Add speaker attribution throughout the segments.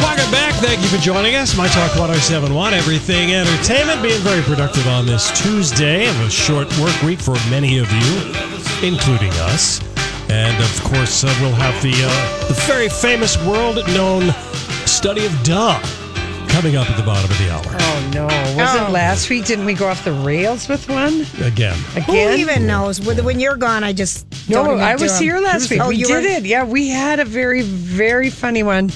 Speaker 1: Welcome back. Thank you for joining us. My Talk 1071, Everything Entertainment. Being very productive on this Tuesday of a short work week for many of you, including us. And of course, uh, we'll have the, uh, the very famous world known study of duh coming up at the bottom of the hour.
Speaker 2: Oh no! Wasn't
Speaker 3: Oh.
Speaker 2: last week? Didn't we go off the rails with one
Speaker 1: Again,
Speaker 2: again?
Speaker 3: Who even knows? When when you're gone, I just
Speaker 2: no,
Speaker 3: don't even
Speaker 2: I
Speaker 3: do
Speaker 2: was
Speaker 3: 'em.
Speaker 2: here last week.
Speaker 3: Oh,
Speaker 2: we
Speaker 3: you
Speaker 2: did
Speaker 3: were-
Speaker 2: it. Yeah, we had a very, very funny one.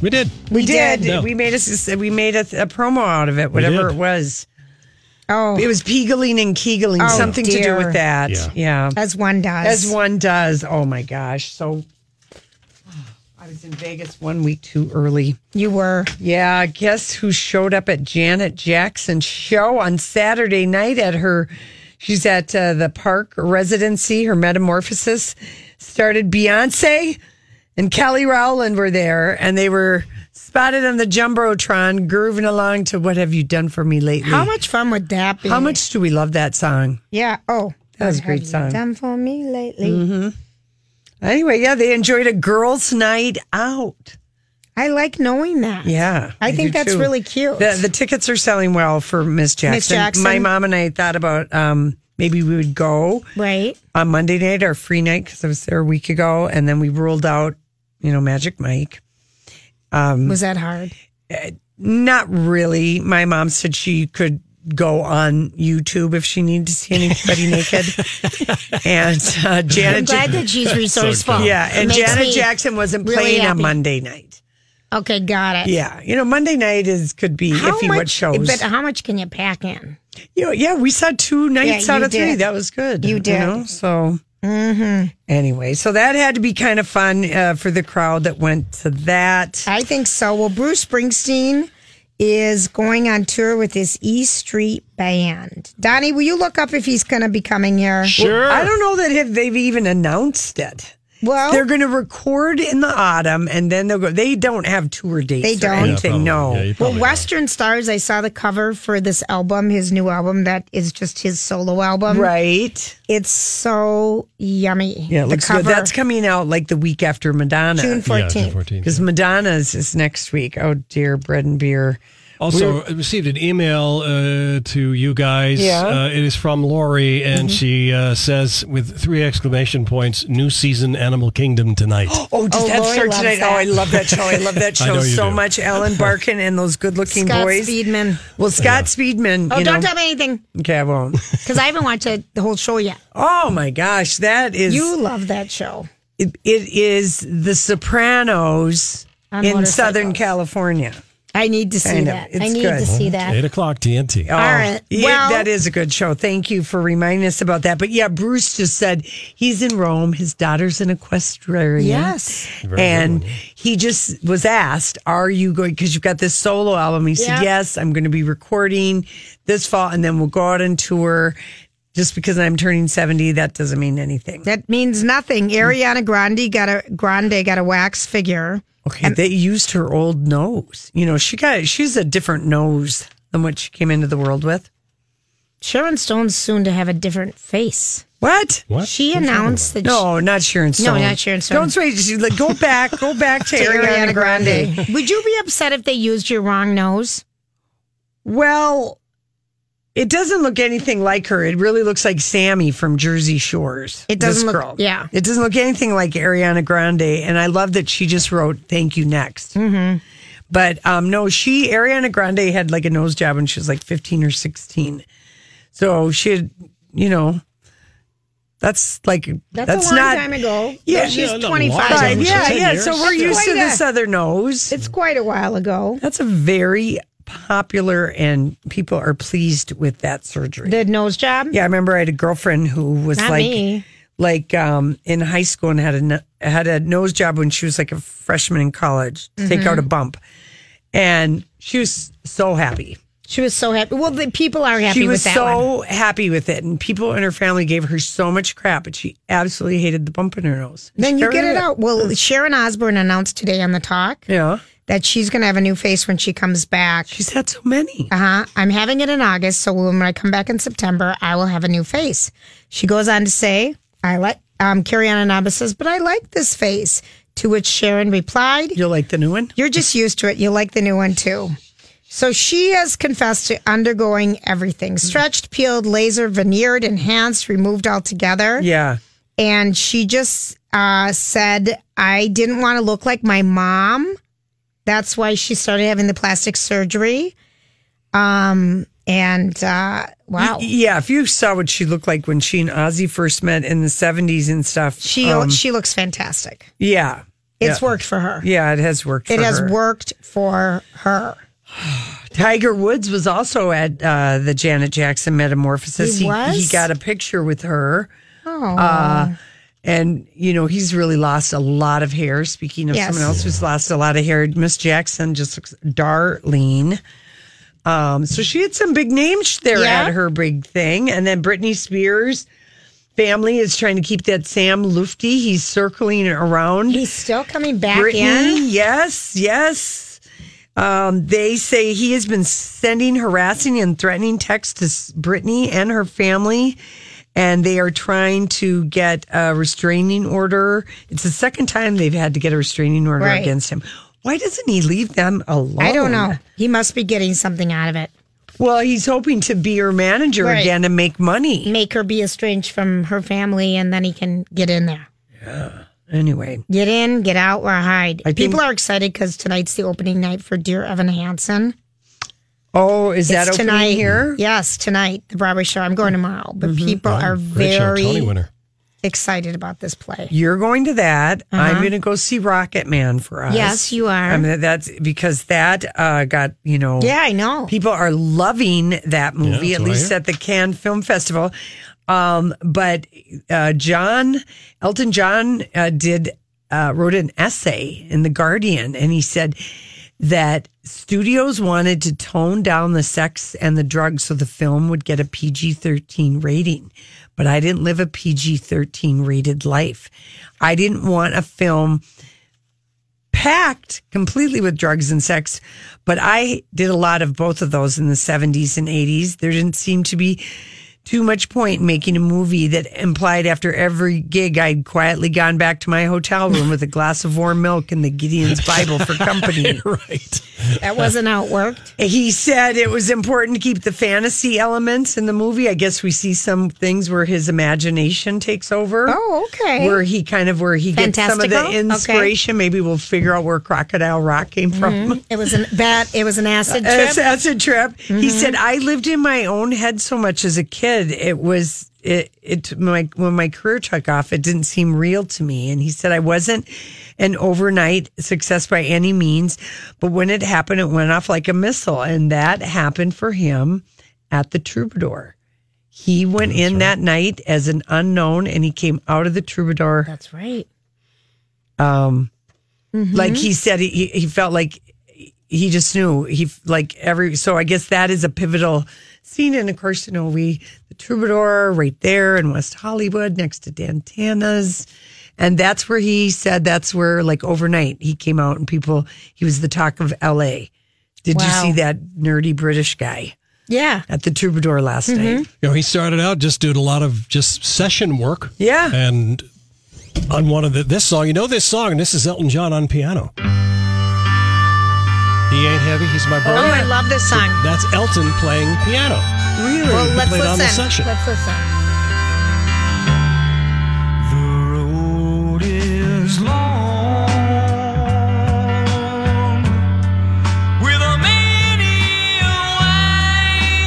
Speaker 1: we did.
Speaker 2: We, did.
Speaker 3: did.
Speaker 1: No.
Speaker 2: We made us. We made a, a promo out of it. Whatever
Speaker 1: did.
Speaker 2: it was.
Speaker 3: Oh,
Speaker 2: It was peagling and keegling.
Speaker 3: Oh,
Speaker 2: something to do
Speaker 3: dear.
Speaker 2: with that.
Speaker 1: Yeah.
Speaker 3: as one does.
Speaker 2: As one does. Oh my gosh. So I was in Vegas one week too early.
Speaker 3: You were.
Speaker 2: Yeah, guess who showed up at Janet Jackson's show on Saturday night at her? She's at uh, the park residency. Her metamorphosis started. Beyonce and Kelly Rowland were there, and they were spotted on the jumbotron, grooving along to "What Have You Done for Me Lately."
Speaker 3: How much fun would that be?
Speaker 2: How much do we love that song?
Speaker 3: Yeah. Oh,
Speaker 2: That was a
Speaker 3: What
Speaker 2: great
Speaker 3: have you
Speaker 2: song. Mm-hmm.
Speaker 3: Done for me lately.
Speaker 2: Anyway, yeah, they enjoyed a girls' night out.
Speaker 3: I like knowing that.
Speaker 2: Yeah,
Speaker 3: I think
Speaker 2: do
Speaker 3: that's
Speaker 2: too.
Speaker 3: really cute.
Speaker 2: The, the tickets are selling well for Miss Jackson.
Speaker 3: Jackson.
Speaker 2: My mom and I thought about um, maybe we would go
Speaker 3: right.
Speaker 2: on Monday night, our free night, because I was there a week ago, and then we ruled out, you know, Magic Mike. Um,
Speaker 3: was that hard?
Speaker 2: Not really. My mom said she could go on YouTube if she needed to see anybody naked. And uh,
Speaker 3: I'm
Speaker 2: Janet,
Speaker 3: glad that she's resourceful.
Speaker 2: yeah, and
Speaker 3: It makes
Speaker 2: Janet
Speaker 3: me-
Speaker 2: Jackson wasn't
Speaker 3: really
Speaker 2: playing on
Speaker 3: happy.
Speaker 2: Monday night.
Speaker 3: Okay, got it.
Speaker 2: Yeah, you know, Monday night is could be
Speaker 3: How
Speaker 2: iffy
Speaker 3: much?
Speaker 2: what shows.
Speaker 3: But how much can you pack in?
Speaker 2: You know, yeah, we saw two nights
Speaker 3: Yeah,
Speaker 2: out
Speaker 3: you
Speaker 2: of three.
Speaker 3: did.
Speaker 2: That was good.
Speaker 3: You did. Mm-hmm.
Speaker 2: know, So, anyway, so that had to be kind of fun uh, for the crowd that went to that.
Speaker 3: I think so. Well, Bruce Springsteen is going on tour with his E Street Band. Donnie, will you look up if he's going to be coming here?
Speaker 1: Sure.
Speaker 2: I don't know that if they've even announced it.
Speaker 1: Oh.
Speaker 3: Well,
Speaker 2: They're going to record in the autumn, and then they'll go. They don't have tour dates.
Speaker 3: They
Speaker 2: or
Speaker 3: don't. Yeah,
Speaker 2: anything,
Speaker 1: probably.
Speaker 2: no.
Speaker 1: Yeah, you
Speaker 3: well,
Speaker 1: probably
Speaker 3: Western Stars. I saw the cover for this album, his new album that is just his solo album.
Speaker 2: right?
Speaker 3: It's so yummy.
Speaker 2: Yeah, it
Speaker 3: the
Speaker 2: looks
Speaker 3: cover,
Speaker 2: good. That's coming out like the week after Madonna.
Speaker 3: June
Speaker 1: Yeah, June
Speaker 3: 14th.
Speaker 1: 14th.
Speaker 2: because Madonna's is next week. Oh dear, bread and beer.
Speaker 1: Also, I received an email uh, to you guys.
Speaker 2: Yeah.
Speaker 1: Uh, it is from Lori,
Speaker 3: Mm-hmm.
Speaker 1: and she uh, says, with three exclamation points, new season Animal Kingdom tonight.
Speaker 2: Oh, does
Speaker 3: Oh,
Speaker 2: that
Speaker 3: Lori
Speaker 2: start
Speaker 3: loves
Speaker 2: tonight?
Speaker 3: that.
Speaker 2: Oh, I love that show. I love that
Speaker 1: I
Speaker 2: show
Speaker 1: know you
Speaker 2: so
Speaker 1: do.
Speaker 2: much. Alan Barkin and those good-looking
Speaker 3: Scott
Speaker 2: boys.
Speaker 3: Speedman.
Speaker 2: Well, Scott Speedman.
Speaker 3: Oh,
Speaker 2: you
Speaker 3: don't
Speaker 2: know.
Speaker 3: tell me anything
Speaker 2: Okay, I won't.
Speaker 3: because I haven't watched it, the whole show yet.
Speaker 2: Oh my gosh, that is
Speaker 3: You love that show.
Speaker 2: it, it is The Sopranos
Speaker 3: On
Speaker 2: in
Speaker 3: motorcycles.
Speaker 2: Southern California.
Speaker 3: I need to see
Speaker 2: Kind of.
Speaker 3: that. I
Speaker 2: It's
Speaker 3: need
Speaker 2: good.
Speaker 3: to see that.
Speaker 1: 8 o'clock TNT.
Speaker 2: Oh,
Speaker 3: right.
Speaker 2: it-
Speaker 3: Well-
Speaker 2: that is a good show. Thank you for reminding us about that. But yeah, Bruce just said he's in Rome. His daughter's an equestrian.
Speaker 3: Yes.
Speaker 2: and he just was asked, "Are you going? Because you've got this solo album." He
Speaker 3: Yeah.
Speaker 2: said, "Yes, I'm going to be recording this fall, and then we'll go out on tour." Just because I'm turning seventy, that doesn't mean anything.
Speaker 3: That means nothing. Ariana Grande got a Grande got a wax figure.
Speaker 2: Okay, they used her old nose. You know, she got she's a different nose than what she came into the world with.
Speaker 3: Sharon Stone's soon to have a different face.
Speaker 2: What?
Speaker 1: What?
Speaker 3: She announced that
Speaker 2: No, not Sharon Stone.
Speaker 3: not Sharon Stone.
Speaker 2: Don't say she's like, go back, go back to,
Speaker 3: she,
Speaker 2: Ariana, Grande.
Speaker 3: Would you be upset if they used your wrong nose?
Speaker 2: Well, It doesn't look anything like her. It really looks like Sammy from Jersey Shores.
Speaker 3: It
Speaker 2: this
Speaker 3: doesn't look-
Speaker 2: girl.
Speaker 3: yeah.
Speaker 2: It doesn't look anything like Ariana Grande. And I love that she just wrote "Thank You" next. Mm-hmm. But um, no, she Ariana Grande had like a nose job when she was like fifteen or sixteen. So she had, you know, that's like
Speaker 3: That's,
Speaker 2: that's
Speaker 3: a long
Speaker 2: not
Speaker 3: time ago.
Speaker 2: Yeah,
Speaker 3: Though she's
Speaker 1: yeah, not a long
Speaker 3: twenty
Speaker 1: time
Speaker 3: five.
Speaker 2: Right,
Speaker 1: ago.
Speaker 2: yeah,
Speaker 1: 10
Speaker 2: yeah.
Speaker 1: years.
Speaker 2: So we're used to
Speaker 3: Quite a-
Speaker 2: this other nose.
Speaker 3: It's quite a while ago.
Speaker 2: That's a very popular, and people are pleased with that surgery.
Speaker 3: The nose job.
Speaker 2: Yeah, I remember I had a girlfriend who was
Speaker 3: Not
Speaker 2: like,
Speaker 3: me.
Speaker 2: like um, in high school and had a n- had a nose job when she was like a freshman in college to take
Speaker 3: Mm-hmm.
Speaker 2: out a bump, and she was so happy.
Speaker 3: She was so happy. Well, the people are happy
Speaker 2: she
Speaker 3: with
Speaker 2: was
Speaker 3: that one.
Speaker 2: so happy with it, and people in her family gave her so much crap, but she absolutely hated the bump in her nose.
Speaker 3: Then
Speaker 2: She
Speaker 3: you
Speaker 2: got
Speaker 3: get
Speaker 2: rid
Speaker 3: it
Speaker 2: of
Speaker 3: out. Well, Sharon Osbourne announced today on the talk
Speaker 2: Yeah,
Speaker 3: that she's going to have a new face when she comes back.
Speaker 2: she's had so many.
Speaker 3: Uh huh. I'm having it in August, so when I come back in September, I will have a new face. She goes on to say, "I like." Um, Carriana Naba says, "But I like this face." To which Sharon replied,
Speaker 2: You like the new one?
Speaker 3: You're just used to it. You like the new one too. So she has confessed to undergoing everything
Speaker 2: Mm-hmm.
Speaker 3: stretched, peeled, laser, veneered, enhanced, removed altogether.
Speaker 2: Yeah.
Speaker 3: And she just uh, said, I didn't want to look like my mom. That's why she started having the plastic surgery. Um, and uh, wow.
Speaker 2: Yeah, if you saw what she looked like when she and Ozzy first met in the 70s and stuff.
Speaker 3: She,
Speaker 2: um,
Speaker 3: she looks fantastic.
Speaker 2: yeah.
Speaker 3: It's
Speaker 2: yeah.
Speaker 3: worked for her.
Speaker 2: Yeah, it has worked.
Speaker 3: It
Speaker 2: for
Speaker 3: has
Speaker 2: her.
Speaker 3: worked for her.
Speaker 2: Tiger Woods was also at uh, the Janet Jackson metamorphosis.
Speaker 3: He was?
Speaker 2: he got a picture with her,
Speaker 3: Oh.
Speaker 2: and you know he's really lost a lot of hair. Speaking of
Speaker 3: Yes.
Speaker 2: someone else who's lost a lot of hair, Miss Jackson just looks darling. Um, so she had some big names there
Speaker 3: Yeah.
Speaker 2: at her big thing, and then Britney Spears. Family is trying to keep that Sam Lufty. He's circling around.
Speaker 3: He's still coming back in.
Speaker 2: Brittany, yes, yes. Um, they say he has been sending harassing and threatening texts to S- Brittany and her family, and they are trying to get a restraining order. It's the second time they've had to get a restraining order
Speaker 3: Right.
Speaker 2: against him. Why doesn't he leave them alone?
Speaker 3: I don't know. He must be getting something out of it.
Speaker 2: Well, he's hoping to be her manager
Speaker 3: Right.
Speaker 2: again and make money.
Speaker 3: Make her be estranged from her family, and then he can get in there.
Speaker 2: Anyway,
Speaker 3: Get in, get out, or hide.
Speaker 2: think-
Speaker 3: People are excited because tonight's the opening night for Dear Evan Hansen.
Speaker 2: oh, is that
Speaker 3: it's
Speaker 2: opening
Speaker 3: tonight
Speaker 2: here?
Speaker 3: Yes, tonight the Broadway show. I'm going tomorrow, but people are
Speaker 1: Great show, Tony
Speaker 3: very
Speaker 1: winner.
Speaker 3: excited about this play.
Speaker 2: You're going to that. I'm going to go see Rocket Man for us.
Speaker 3: Uh-huh. Yes, you are.
Speaker 2: I mean, that's because that uh, got, you know,
Speaker 3: yeah, I know.
Speaker 2: people are loving that movie,
Speaker 1: that's
Speaker 2: at
Speaker 1: what I
Speaker 2: least
Speaker 1: hear.
Speaker 2: at the Cannes Film Festival. Um, but uh, John, Elton John uh, did, uh, wrote an essay in The Guardian, and he said that studios wanted to tone down the sex and the drugs so the film would get a PG 13 rating. But I didn't live a PG 13 rated life. I didn't want a film packed completely with drugs and sex, but I did a lot of both of those in the 70s and 80s. There didn't seem to be too much point in making a movie that implied after every gig I'd quietly gone back to my hotel room with a glass of warm milk and the Gideon's Bible for company.
Speaker 1: Right.
Speaker 3: that wasn't how it worked.
Speaker 2: He said it was important to keep the fantasy elements in the movie. I guess we see some things where his imagination takes over.
Speaker 3: Oh, okay.
Speaker 2: Where he kind of where he gets some of the
Speaker 3: Fantastical? Okay.
Speaker 2: inspiration. Maybe we'll figure out where Crocodile Rock came from.
Speaker 3: It was an that it was an acid trip.
Speaker 2: That's, Uh, that's a trip. He said, "I lived in my own head so much as a kid. It was it it my when my career took off, it didn't seem real to me." And he said, "I wasn't an overnight success by any means, but when it happened, it went off like a missile, and that happened for him at the Troubadour." He went in that night as an unknown, and he came out of the Troubadour
Speaker 3: That's right.
Speaker 2: like he said he, he felt like he just knew he like every so i guess that is a pivotal scene and of course you know we the troubadour right there in west hollywood next to dantana's and that's where he said that's where like overnight he came out and people he was the talk of la did you
Speaker 3: Wow.
Speaker 2: see that nerdy british guy
Speaker 3: Yeah.
Speaker 2: at the troubadour last night
Speaker 1: You know, he started out just doing a lot of just session work.
Speaker 2: Yeah.
Speaker 1: And on one of the, this song, you know this song, and this is Elton John on piano. He ain't heavy. He's my
Speaker 3: Oh,
Speaker 1: brother.
Speaker 3: I love this song.
Speaker 1: That's Elton playing piano. Really?
Speaker 3: Well,
Speaker 1: He
Speaker 3: let's
Speaker 1: played on the session.
Speaker 3: listen. Let's listen.
Speaker 4: The road is long with a many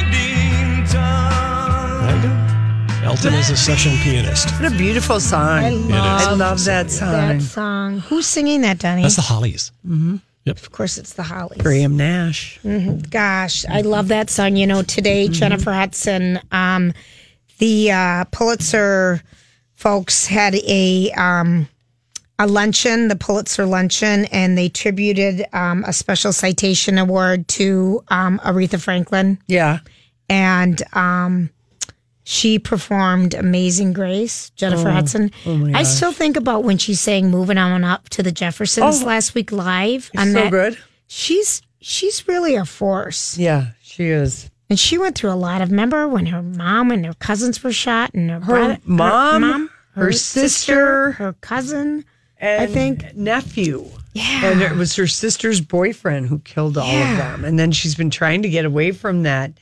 Speaker 4: winding
Speaker 1: There you
Speaker 4: turns.
Speaker 1: go. Elton is a session pianist.
Speaker 2: What a beautiful song. I
Speaker 1: love
Speaker 2: that song.
Speaker 3: That song. Who's singing that, Donnie?
Speaker 1: That's the Hollies.
Speaker 3: of course, it's the Hollies.
Speaker 2: Graham Nash.
Speaker 3: Gosh,
Speaker 2: Mm-hmm.
Speaker 3: I love that song. You know, today Jennifer Hudson, um, the uh, Pulitzer folks had a um, a luncheon, the Pulitzer luncheon, and they tributed um, a special citation award to um, Aretha Franklin,
Speaker 2: Yeah.
Speaker 3: and um, she performed "Amazing Grace." Jennifer
Speaker 2: Oh,
Speaker 3: Hudson. I still think about when she sang "Moving On Up" to the Jeffersons
Speaker 2: Oh.
Speaker 3: last week live. on
Speaker 2: so
Speaker 3: that-
Speaker 2: good.
Speaker 3: She's she's really a force.
Speaker 2: Yeah, she is.
Speaker 3: And she went through a lot of. Remember when her mom and her cousins were shot, and her,
Speaker 2: Her
Speaker 3: brother-
Speaker 2: mom, her sister.
Speaker 3: her cousin.
Speaker 2: And
Speaker 3: think-
Speaker 2: nephew.
Speaker 3: Yeah,
Speaker 2: And it was her sister's boyfriend who killed all
Speaker 3: Yeah.
Speaker 2: of them. And then she's been trying to get away from that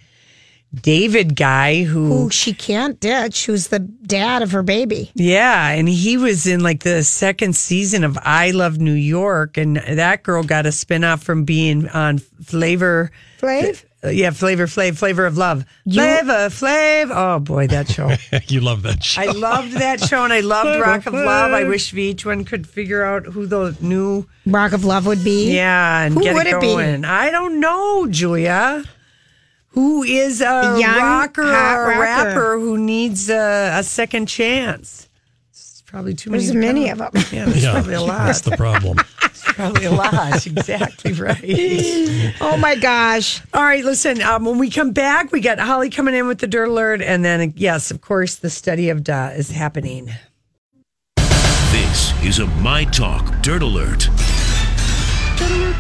Speaker 2: David guy who,
Speaker 3: who she can't ditch. Who's the dad of her baby?
Speaker 2: yeah, and he was in like the second season of I Love New York and that girl got a spin off from being on Flavor
Speaker 3: Flav.
Speaker 2: Uh, yeah, Flavor Flav, Flavor of Love. Flavor Flav. Oh boy, that show.
Speaker 1: you love that show.
Speaker 2: I loved that show and I loved Rock of Love. I wish VH1 could figure out who the new
Speaker 3: Rock of Love would be.
Speaker 2: yeah and
Speaker 3: Who
Speaker 2: get
Speaker 3: would
Speaker 2: it
Speaker 3: it be?
Speaker 2: going. I don't know, Julia. Who is a
Speaker 3: Young,
Speaker 2: rocker
Speaker 3: hot
Speaker 2: or a
Speaker 3: rocker.
Speaker 2: rapper who needs a, a second chance? It's probably too
Speaker 3: There's
Speaker 2: many.
Speaker 3: many of them.
Speaker 2: Yeah, there's
Speaker 1: Yeah,
Speaker 2: probably a
Speaker 1: That's
Speaker 2: lot.
Speaker 1: the problem.
Speaker 2: probably a lot. Exactly right.
Speaker 3: Oh my gosh.
Speaker 2: All right, listen. Um, when we come back, we got Holly coming in with the dirt alert, and then yes, of course, the study of da is happening.
Speaker 5: This is a My Talk Dirt Alert.
Speaker 2: All right,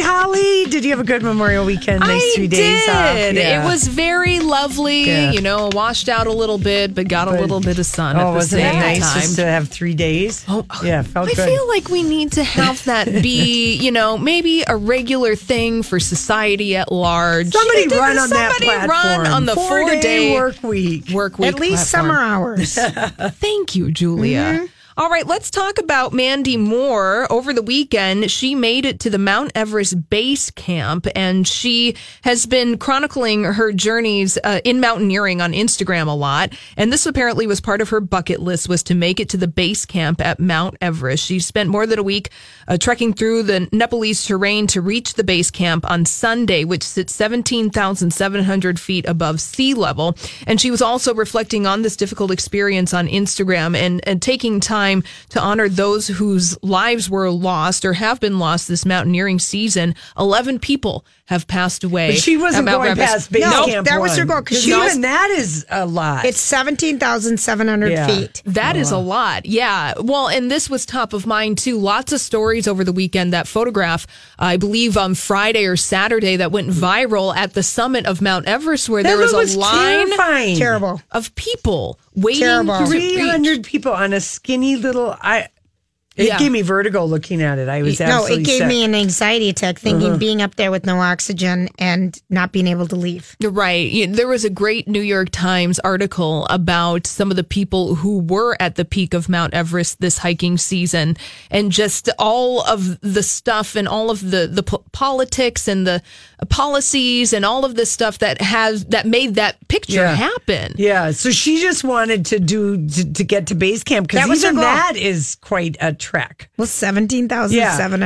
Speaker 2: Holly, did you have a good Memorial Weekend? Nice
Speaker 6: I
Speaker 2: three
Speaker 6: did.
Speaker 2: days off. Yeah.
Speaker 6: It was very lovely.
Speaker 2: Yeah.
Speaker 6: You know, washed out a little bit, but got a little bit of sun
Speaker 2: Oh,
Speaker 6: at the
Speaker 2: wasn't
Speaker 6: same
Speaker 2: it nice
Speaker 6: time.
Speaker 2: just to have three days? Oh, yeah, felt
Speaker 6: I
Speaker 2: good.
Speaker 6: feel like we need to have that be, you know, maybe a regular thing for society at large.
Speaker 2: somebody
Speaker 6: Didn't
Speaker 2: run on that
Speaker 6: somebody
Speaker 2: platform.
Speaker 6: run on the
Speaker 2: four,
Speaker 6: four-day
Speaker 2: day work week.
Speaker 6: work week.
Speaker 3: At least
Speaker 6: platform.
Speaker 3: summer hours.
Speaker 6: Thank you, Julia. All right, let's talk about Mandy Moore. Over the weekend, she made it to the Mount Everest base camp, and she has been chronicling her journeys uh, in mountaineering on Instagram a lot. And this apparently was part of her bucket list was to make it to the base camp at Mount Everest. She spent more than a week uh, trekking through the Nepalese terrain to reach the base camp on Sunday, which sits 17,700 feet above sea level. And she was also reflecting on this difficult experience on Instagram and, and taking time to honor those whose lives were lost or have been lost this mountaineering season. 11 people have passed away.
Speaker 2: But she wasn't
Speaker 6: at Mount
Speaker 2: going
Speaker 6: Rabbit.
Speaker 2: past base
Speaker 3: No,
Speaker 2: camp.
Speaker 3: that was her
Speaker 2: one.
Speaker 3: goal, 'cause she
Speaker 2: even
Speaker 3: was-
Speaker 2: that is a lot.
Speaker 3: It's 17,700
Speaker 2: Yeah.
Speaker 3: feet.
Speaker 6: That is a lot. Yeah. Well, and this was top of mind too. Lots of stories over the weekend. That photograph, I believe on Friday or Saturday, that went viral at the summit of Mount Everest where
Speaker 2: that
Speaker 6: there was,
Speaker 2: look was
Speaker 6: a line
Speaker 2: terrifying.
Speaker 3: Terrible.
Speaker 6: of people waiting
Speaker 3: Terrible.
Speaker 6: to
Speaker 2: Three
Speaker 6: reach.
Speaker 2: hundred people on a skinny little. I. It
Speaker 6: Yeah.
Speaker 2: gave me vertigo looking at it. I was
Speaker 3: No,
Speaker 2: absolutely Uh-huh.
Speaker 3: it gave
Speaker 2: sick.
Speaker 3: me an anxiety attack thinking being up there with no oxygen and not being able to leave.
Speaker 6: You're Right. You- There was a great New York Times article about some of the people who were at the peak of Mount Everest this hiking season and just all of the stuff and all of the, the po- politics and the policies and all of this stuff that has that made that picture
Speaker 2: Yeah.
Speaker 6: happen.
Speaker 2: Yeah, so she just wanted to do to, to get to base camp because
Speaker 3: That was her
Speaker 2: even
Speaker 3: goal.
Speaker 2: that is quite a trek.
Speaker 3: Well, 17,700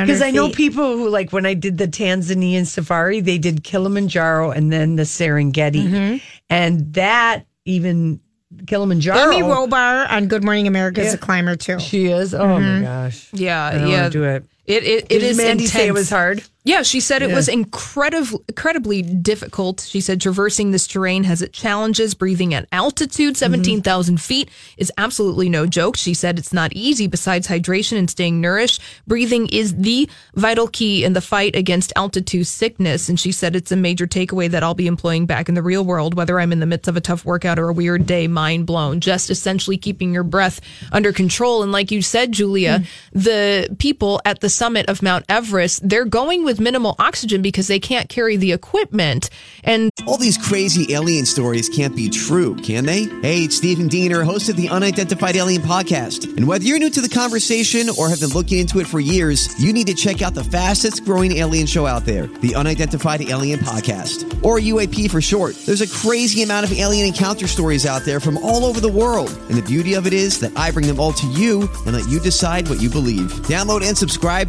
Speaker 2: Yeah, because I know
Speaker 3: feet.
Speaker 2: people who like when I did the Tanzanian safari, they did Kilimanjaro and then the Serengeti, and that even Kilimanjaro.
Speaker 3: Amy
Speaker 6: Oh.
Speaker 3: Robar on Good Morning America is a climber too.
Speaker 2: she is. Oh my gosh,
Speaker 6: Yeah.
Speaker 2: I don't
Speaker 6: yeah.
Speaker 2: wanna do it.
Speaker 6: It, it,
Speaker 2: Did
Speaker 6: it is
Speaker 2: Mandy say it
Speaker 6: intense.
Speaker 2: was hard?
Speaker 6: Yeah, she said it was incredible, incredibly difficult. She said traversing this terrain has its challenges. Breathing at altitude, 17,000 feet, is absolutely no joke. She said it's not easy. Besides hydration and staying nourished, breathing is the vital key in the fight against altitude sickness. And she said it's a major takeaway that I'll be employing back in the real world, whether I'm in the midst of a tough workout or a weird day, mind blown. Just essentially keeping your breath under control. And like you said, Julia,
Speaker 2: Mm.
Speaker 6: the people at the summit of Mount Everest, they're going with minimal oxygen because they can't carry the equipment. And
Speaker 7: All these crazy alien stories can't be true, can they? Hey, it's Stephen Diener, host of the Unidentified Alien Podcast. And whether you're new to the conversation or have been looking into it for years, you need to check out the fastest growing alien show out there, the Unidentified Alien Podcast, or UAP for short. There's a crazy amount of alien encounter stories out there from all over the world. And the beauty of it is that I bring them all to you and let you decide what you believe. Download and subscribe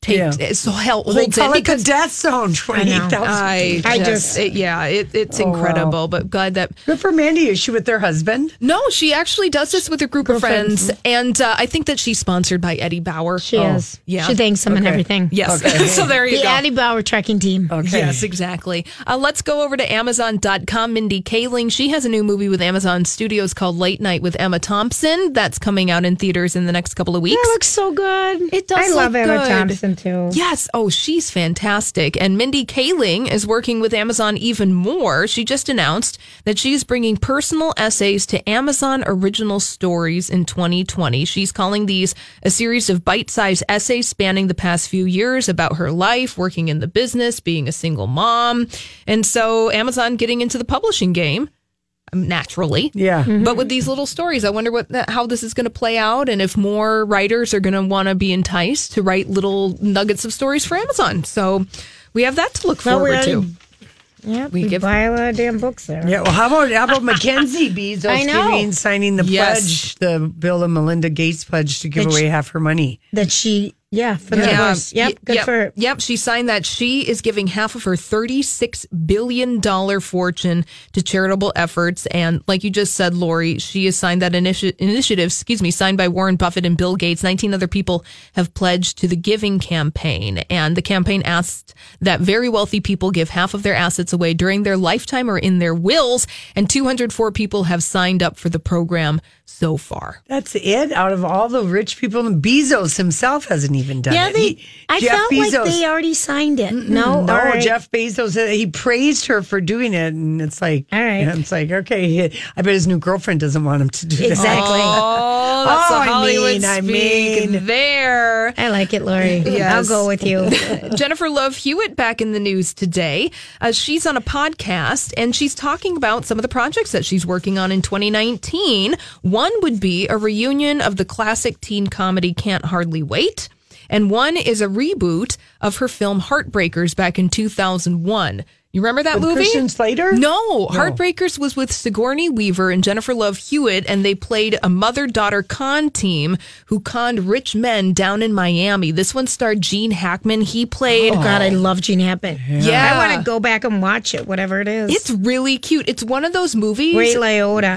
Speaker 6: takes
Speaker 2: Yeah.
Speaker 6: so hell
Speaker 2: They
Speaker 6: holds
Speaker 2: call
Speaker 6: it
Speaker 2: it the
Speaker 6: because
Speaker 2: death zone. Twenty eight
Speaker 6: I,
Speaker 2: thousand.
Speaker 6: I
Speaker 3: I
Speaker 6: just,
Speaker 3: just-
Speaker 6: it- yeah, it, it's
Speaker 2: Oh, wow.
Speaker 6: incredible. But glad that
Speaker 2: Good for Mandy. Is she with her husband?
Speaker 6: no, she actually does this with a group of friends, and uh, I think that she's sponsored by Eddie Bauer.
Speaker 3: She is.
Speaker 6: Oh. yeah.
Speaker 3: She thanks him and everything.
Speaker 6: Yes, so there you
Speaker 3: The
Speaker 6: go. Oh,
Speaker 3: Addie Bauer trekking team.
Speaker 2: Okay.
Speaker 6: Yes, exactly. Uh, let's go over to Amazon.com. Mindy Kaling, she has a new movie with Amazon Studios called Late Night with Emma Thompson that's coming out in theaters in the next couple of weeks.
Speaker 3: That looks so good.
Speaker 6: It does
Speaker 3: I love
Speaker 6: look
Speaker 3: Emma
Speaker 6: good.
Speaker 3: Thompson too.
Speaker 6: Yes. Oh, she's fantastic. And Mindy Kaling is working with Amazon even more. She just announced that she's bringing personal essays to Amazon original stories in 2020. She's calling these a series of bite sized essays spanning the past few years about her life, working in the business, being a single mom. And so Amazon getting into the publishing game um, naturally.
Speaker 2: Yeah.
Speaker 6: But with these little stories, I wonder what that, how this is going to play out, and if more writers are going to want to be enticed to write little nuggets of stories for Amazon. So we have that to look
Speaker 3: Well, we
Speaker 6: forward to.
Speaker 3: already- Yeah,
Speaker 6: We
Speaker 3: we,
Speaker 6: give-
Speaker 3: buy a lot of damn books there.
Speaker 2: Yeah. Well, how about how about Mackenzie Bezos
Speaker 3: I know.
Speaker 2: giving signing the pledge,
Speaker 6: Yes.
Speaker 2: the Bill and Melinda Gates pledge to give
Speaker 3: Did she-
Speaker 2: away half her money?
Speaker 3: That she, yeah, for the divorce. Yep,
Speaker 6: Y-
Speaker 3: good
Speaker 6: yep.
Speaker 3: for her.
Speaker 6: Yep, she signed that she is giving half of her $36 billion fortune to charitable efforts. And like you just said, Lori, she has signed that initi- initiative, excuse me, signed by Warren Buffett and Bill Gates. 19 other people have pledged to the giving campaign. And the campaign asked that very wealthy people give half of their assets away during their lifetime or in their wills. And 204 people have signed up for the program so far.
Speaker 2: That's it. Out of all the rich people, and Bezos himself hasn't even done
Speaker 3: Yeah,
Speaker 2: it.
Speaker 3: they.
Speaker 2: He-
Speaker 3: I felt like they already signed it. No,
Speaker 2: No,
Speaker 3: all right.
Speaker 2: Jeff Bezos. uh, He praised her for doing it, and it's like,
Speaker 3: All right.
Speaker 2: it's like, okay, he- I bet his new girlfriend doesn't want him to do that.
Speaker 3: Exactly.
Speaker 6: Oh, that's
Speaker 2: Oh,
Speaker 6: a
Speaker 2: I
Speaker 6: Hollywood
Speaker 2: mean, I
Speaker 6: speak
Speaker 2: mean.
Speaker 6: there.
Speaker 3: I like it, Lori. I'll go with you.
Speaker 6: Jennifer Love Hewitt back in the news today. Uh, she's on a podcast and she's talking about some of the projects that she's working on in 2019. One would be a reunion of the classic teen comedy Can't Hardly Wait. And one is a reboot of her film Heartbreakers back in 2001. You remember that
Speaker 2: With
Speaker 6: movie?
Speaker 2: Christian Slater?
Speaker 6: No, Oh, Heartbreakers was with Sigourney Weaver and Jennifer Love Hewitt, and they played a mother daughter con team who conned rich men down in Miami. This one starred Gene Hackman. He played.
Speaker 3: Oh, God, I love Gene Hackman.
Speaker 6: Yeah.
Speaker 3: I want to go back and watch it, whatever it is.
Speaker 6: It's really cute. It's one of those movies.
Speaker 3: Ray Liotta.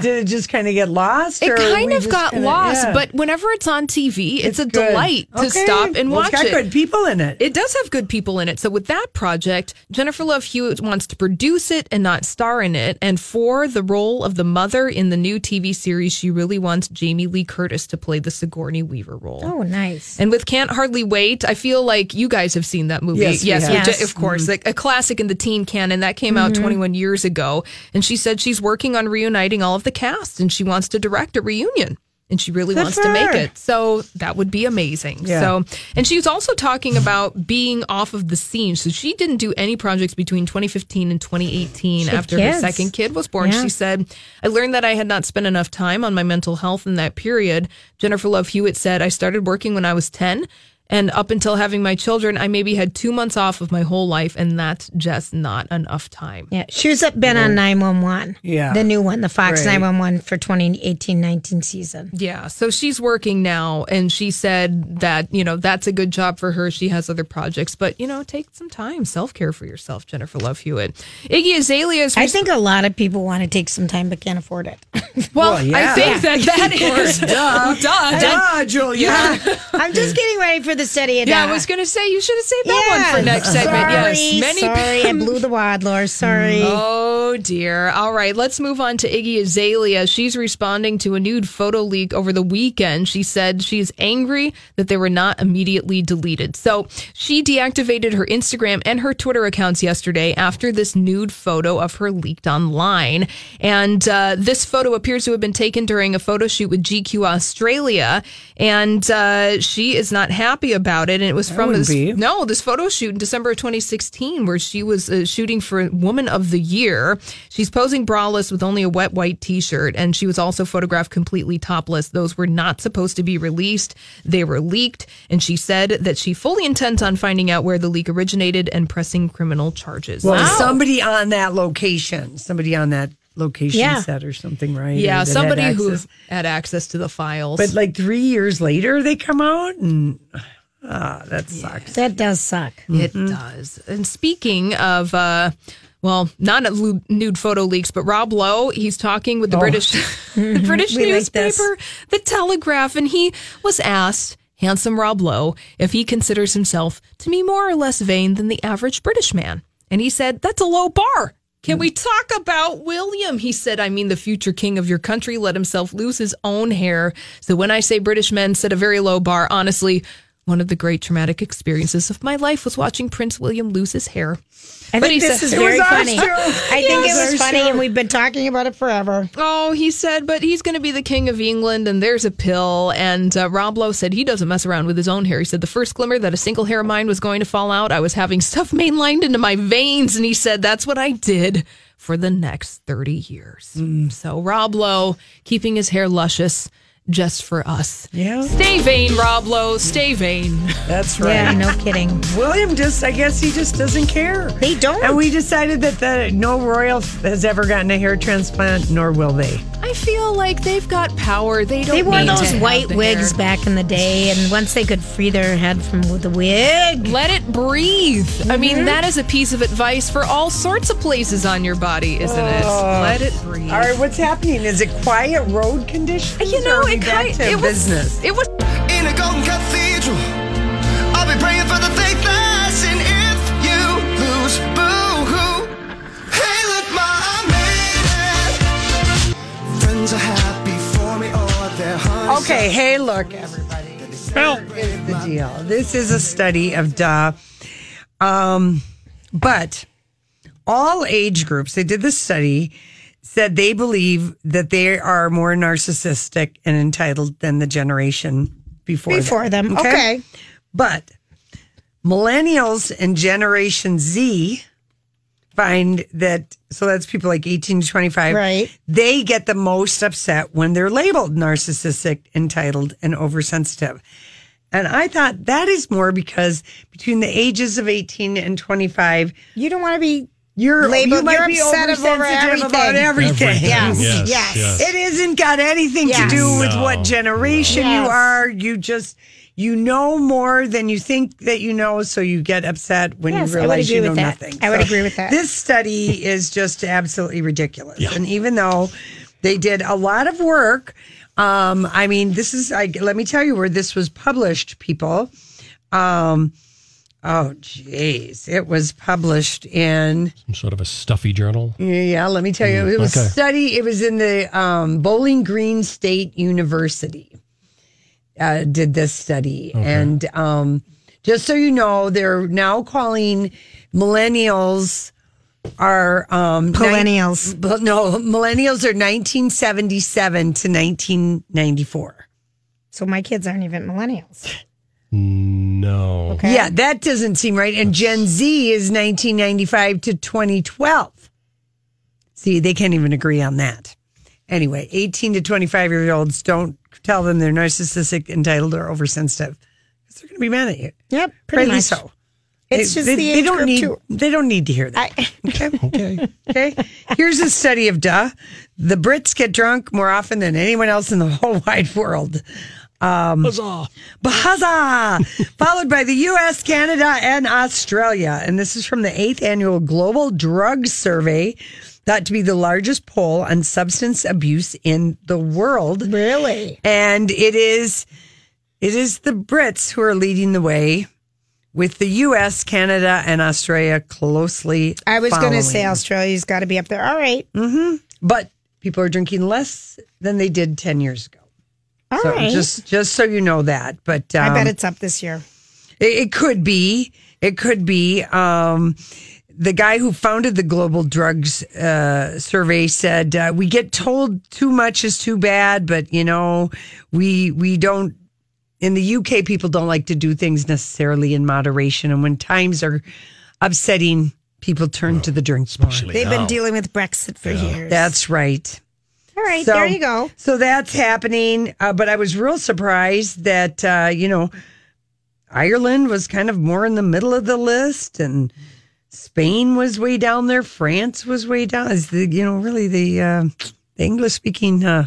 Speaker 2: Did it just kind of get lost?
Speaker 6: it
Speaker 2: or
Speaker 6: kind
Speaker 2: we
Speaker 6: of
Speaker 2: just
Speaker 6: got
Speaker 2: kinda-
Speaker 6: lost,
Speaker 2: yeah.
Speaker 6: but whenever it's on TV, it's, a
Speaker 2: good.
Speaker 6: delight to
Speaker 2: Okay.
Speaker 6: stop and
Speaker 2: Well,
Speaker 6: watch
Speaker 2: It's got
Speaker 6: it.
Speaker 2: good people in it.
Speaker 6: It does have good people in it. So with that project, Jennifer Love Hewitt wants to produce it and not star in it. And for the role of the mother in the new TV series, she really wants Jamie Lee Curtis to play the Sigourney Weaver role.
Speaker 3: oh, nice.
Speaker 6: And with Can't Hardly Wait, I feel like you guys have seen that movie.
Speaker 2: Yes, we have.
Speaker 6: which,
Speaker 3: Yes. Mm-hmm.
Speaker 6: of course, like a classic in the teen canon that came out 21 years ago. And she said she's working on reuniting all of the cast and she wants to direct a reunion. and she really
Speaker 3: Good
Speaker 6: wants
Speaker 3: for
Speaker 6: to make
Speaker 3: her.
Speaker 6: it. So that would be amazing.
Speaker 3: Yeah.
Speaker 6: So, and she was also talking about being off of the scene. So she didn't do any projects between 2015 and 2018
Speaker 3: She had
Speaker 6: after her
Speaker 3: kids.
Speaker 6: second kid was born.
Speaker 3: Yeah.
Speaker 6: She said, I learned that I had not spent enough time on my mental health in that period. Jennifer Love Hewitt said, I started working when I was 10. And up until having my children, I maybe had two months off of my whole life, and that's just not enough time.
Speaker 3: Yeah, she was up been on 911.
Speaker 6: Yeah.
Speaker 3: The new one, the Fox
Speaker 6: Right.
Speaker 3: 911 for 2018 19 season.
Speaker 6: Yeah, so she's working now, and she said that you know that's a good job for her. She has other projects, but you know, take some time, self care for yourself, Jennifer Love Hewitt. Iggy Azalea is.
Speaker 3: I think a lot of people want to take some time but can't afford it.
Speaker 6: Well, I think that that
Speaker 3: Of course,
Speaker 6: is
Speaker 3: duh.
Speaker 6: duh,
Speaker 2: Ah,
Speaker 3: Duh,
Speaker 6: Julia.
Speaker 3: I'm just getting ready for the study. of
Speaker 6: Yeah, I
Speaker 3: that.
Speaker 6: was going to say you should have saved that one for next segment.
Speaker 3: Sorry,
Speaker 6: yes, many
Speaker 3: sorry, I blew the waddler. Sorry.
Speaker 6: Oh dear. All right, let's move on to Iggy Azalea. She's responding to a nude photo leak over the weekend. She said she's angry that they were not immediately deleted. So she deactivated her Instagram and her Twitter accounts yesterday after this nude photo of her leaked online. And uh, this photo appears to have been taken during a photo shoot with GQ Australia, and uh, she is not happy about it. And it was from
Speaker 8: wouldn't
Speaker 6: this
Speaker 8: be.
Speaker 6: no, this photo shoot in December of 2016, where she was uh, shooting for Woman of the Year. She's posing braless with only a wet white t shirt, and she was also photographed completely topless. Those were not supposed to be released, they were leaked. And she said that she fully intends on finding out where the leak originated and pressing criminal charges.
Speaker 2: Well,
Speaker 6: Wow.
Speaker 2: somebody on that location, somebody on that location
Speaker 6: Yeah.
Speaker 2: set or something, right?
Speaker 6: yeah,
Speaker 2: Or that had
Speaker 6: somebody who
Speaker 2: access.
Speaker 6: had access to the files.
Speaker 2: But like three years later, they come out and ah, that sucks.
Speaker 3: That does suck.
Speaker 6: It
Speaker 3: Mm-hmm.
Speaker 6: does. And speaking of, uh, well, not of lu- nude photo leaks, but Rob Lowe, he's talking with the
Speaker 3: Oh.
Speaker 6: British, the British
Speaker 3: We like this.
Speaker 6: newspaper, The Telegraph, and he was asked, handsome Rob Lowe, if he considers himself to be more or less vain than the average British man. And he said, that's a low bar. Can we talk about William? He said, I mean, the future king of your country let himself lose his own hair. So when I say British men set a very low bar, honestly, one of the great traumatic experiences of my life was watching Prince William lose his hair.
Speaker 3: I think this is very funny. I think it
Speaker 6: Yes.
Speaker 3: was funny, and we've been talking about it forever.
Speaker 6: Oh, he said, but he's going to be the king of England, and there's a pill. And uh, Rob Lowe said he doesn't mess around with his own hair. He said the first glimmer that a single hair of mine was going to fall out, I was having stuff mainlined into my veins, and he said that's what I did for the next thirty years.
Speaker 3: Mm.
Speaker 6: So Rob Lowe keeping his hair luscious just for us. Yeah, stay vain, Rob Lowe. Stay vain.
Speaker 2: That's
Speaker 3: Yeah,
Speaker 2: right.
Speaker 3: no kidding.
Speaker 2: William just, I guess he just doesn't care.
Speaker 3: They don't.
Speaker 2: And we decided that the, no royal has ever gotten a hair transplant, nor will they.
Speaker 6: I feel like they've got power. They don't.
Speaker 3: They wore
Speaker 6: need to
Speaker 3: those
Speaker 6: have
Speaker 3: white
Speaker 6: the
Speaker 3: wigs
Speaker 6: hair.
Speaker 3: back in the day, and once they could free their head from the wig,
Speaker 6: Let it breathe. I mean,
Speaker 3: Mhm.
Speaker 2: Mm-hmm.
Speaker 6: that is a piece of advice for all sorts of places on your body, isn't it?
Speaker 2: Oh.
Speaker 6: Let it breathe.
Speaker 2: All right, what's happening? Is it quiet road conditions?
Speaker 6: You know,
Speaker 2: or are we
Speaker 6: it
Speaker 2: back
Speaker 6: kind
Speaker 2: to
Speaker 6: it
Speaker 2: business.
Speaker 6: was it was
Speaker 4: In a golden cathedral, I'll be praying for the faithless. And if you lose, boo hoo, hey, look, my man. Friends are happy for me, or they're hungry.
Speaker 2: Okay, hey, look, everybody. Well, here's the deal. This is a study of duh. Um, but all age groups, they did this study, said they believe that they are more narcissistic and entitled than the generation before
Speaker 3: Before them, okay.
Speaker 2: But millennials and Generation Z find that so that's people like 18 to 25
Speaker 3: Right.
Speaker 2: they get the most upset when they're labeled narcissistic entitled and oversensitive and i thought that is more because between the ages of 18 and 25
Speaker 3: you don't want to be
Speaker 2: you're
Speaker 3: labeled-
Speaker 2: you might
Speaker 3: you're
Speaker 2: be
Speaker 3: upset over
Speaker 2: oversensitive about
Speaker 3: everything.
Speaker 2: everything
Speaker 3: Everything, Yes, yes, yes. yes.
Speaker 2: it isn't got anything
Speaker 3: Yes.
Speaker 2: to do with
Speaker 3: No,
Speaker 2: what generation
Speaker 3: no.
Speaker 2: you
Speaker 3: Yes.
Speaker 2: are you just you know more than you think that you know so you get upset when
Speaker 3: Yes, I
Speaker 2: you
Speaker 3: would
Speaker 2: realize you
Speaker 3: agree
Speaker 2: know
Speaker 3: with that.
Speaker 2: nothing
Speaker 3: I would
Speaker 2: So
Speaker 3: agree with that.
Speaker 2: this study is just absolutely ridiculous. And even though they did a lot of work, um, I mean, this is, I, let me tell you where this was published, people. Um, oh, geez. It was published in,
Speaker 1: Some sort of a stuffy journal.
Speaker 2: yeah, let me tell you,
Speaker 1: Mm,
Speaker 2: it was
Speaker 1: okay.
Speaker 2: study, it was in the um, Bowling Green State University uh, did this study. And um, just so you know, they're now calling millennials are um,
Speaker 3: Millennials.
Speaker 2: nine- but no, millennials are 1977 to 1994.
Speaker 3: So my kids aren't even millennials.
Speaker 1: No.
Speaker 2: Yeah, that doesn't seem right. And Gen Z is 1995 to 2012. See, they can't even agree on that. Anyway, 18 to 25 year olds don't tell them they're narcissistic, entitled, or oversensitive. 'Cause They're going to be mad at you.
Speaker 3: Yep, pretty
Speaker 2: Rightly
Speaker 3: much.
Speaker 2: so.
Speaker 3: It's just the age
Speaker 2: don't
Speaker 3: group,
Speaker 2: need
Speaker 3: too.
Speaker 2: they don't need to hear that.
Speaker 1: okay.
Speaker 2: Okay. Here's a study of duh. The Brits get drunk more often than anyone else in the whole wide world. Um,
Speaker 1: huzzah.
Speaker 2: Huzzah! followed by the US, Canada, and Australia. And this is from the eighth annual Global Drug Survey, thought to be the largest poll on substance abuse in the world.
Speaker 3: Really?
Speaker 2: And it is it is the Brits who are leading the way with the US, Canada, and Australia closely.
Speaker 3: I was going to say
Speaker 2: following.
Speaker 3: uh, Australia's got to be up there. All right.
Speaker 2: Mm-hmm. But people are drinking less than they did ten years ago.
Speaker 3: All
Speaker 2: so
Speaker 3: right.
Speaker 2: just just so you know that. But um,
Speaker 3: I bet it's up this year.
Speaker 2: it, it could be. It could be. Um, the guy who founded the Global Drugs uh, Survey said, uh, "We get told too much is too bad, but you know, we we don't." In the UK, people don't like to do things necessarily in moderation, and when times are upsetting, people turn to the drink. Especially
Speaker 3: They've been dealing with Brexit for years.
Speaker 2: That's right.
Speaker 3: All right.
Speaker 2: So-
Speaker 3: there you go.
Speaker 2: So that's happening. Uh, but I was real surprised that, uh, you know, Ireland was kind of more in the middle of the list and Spain was way down there. France was way down. Is the, you know, really the, uh, the English speaking uh,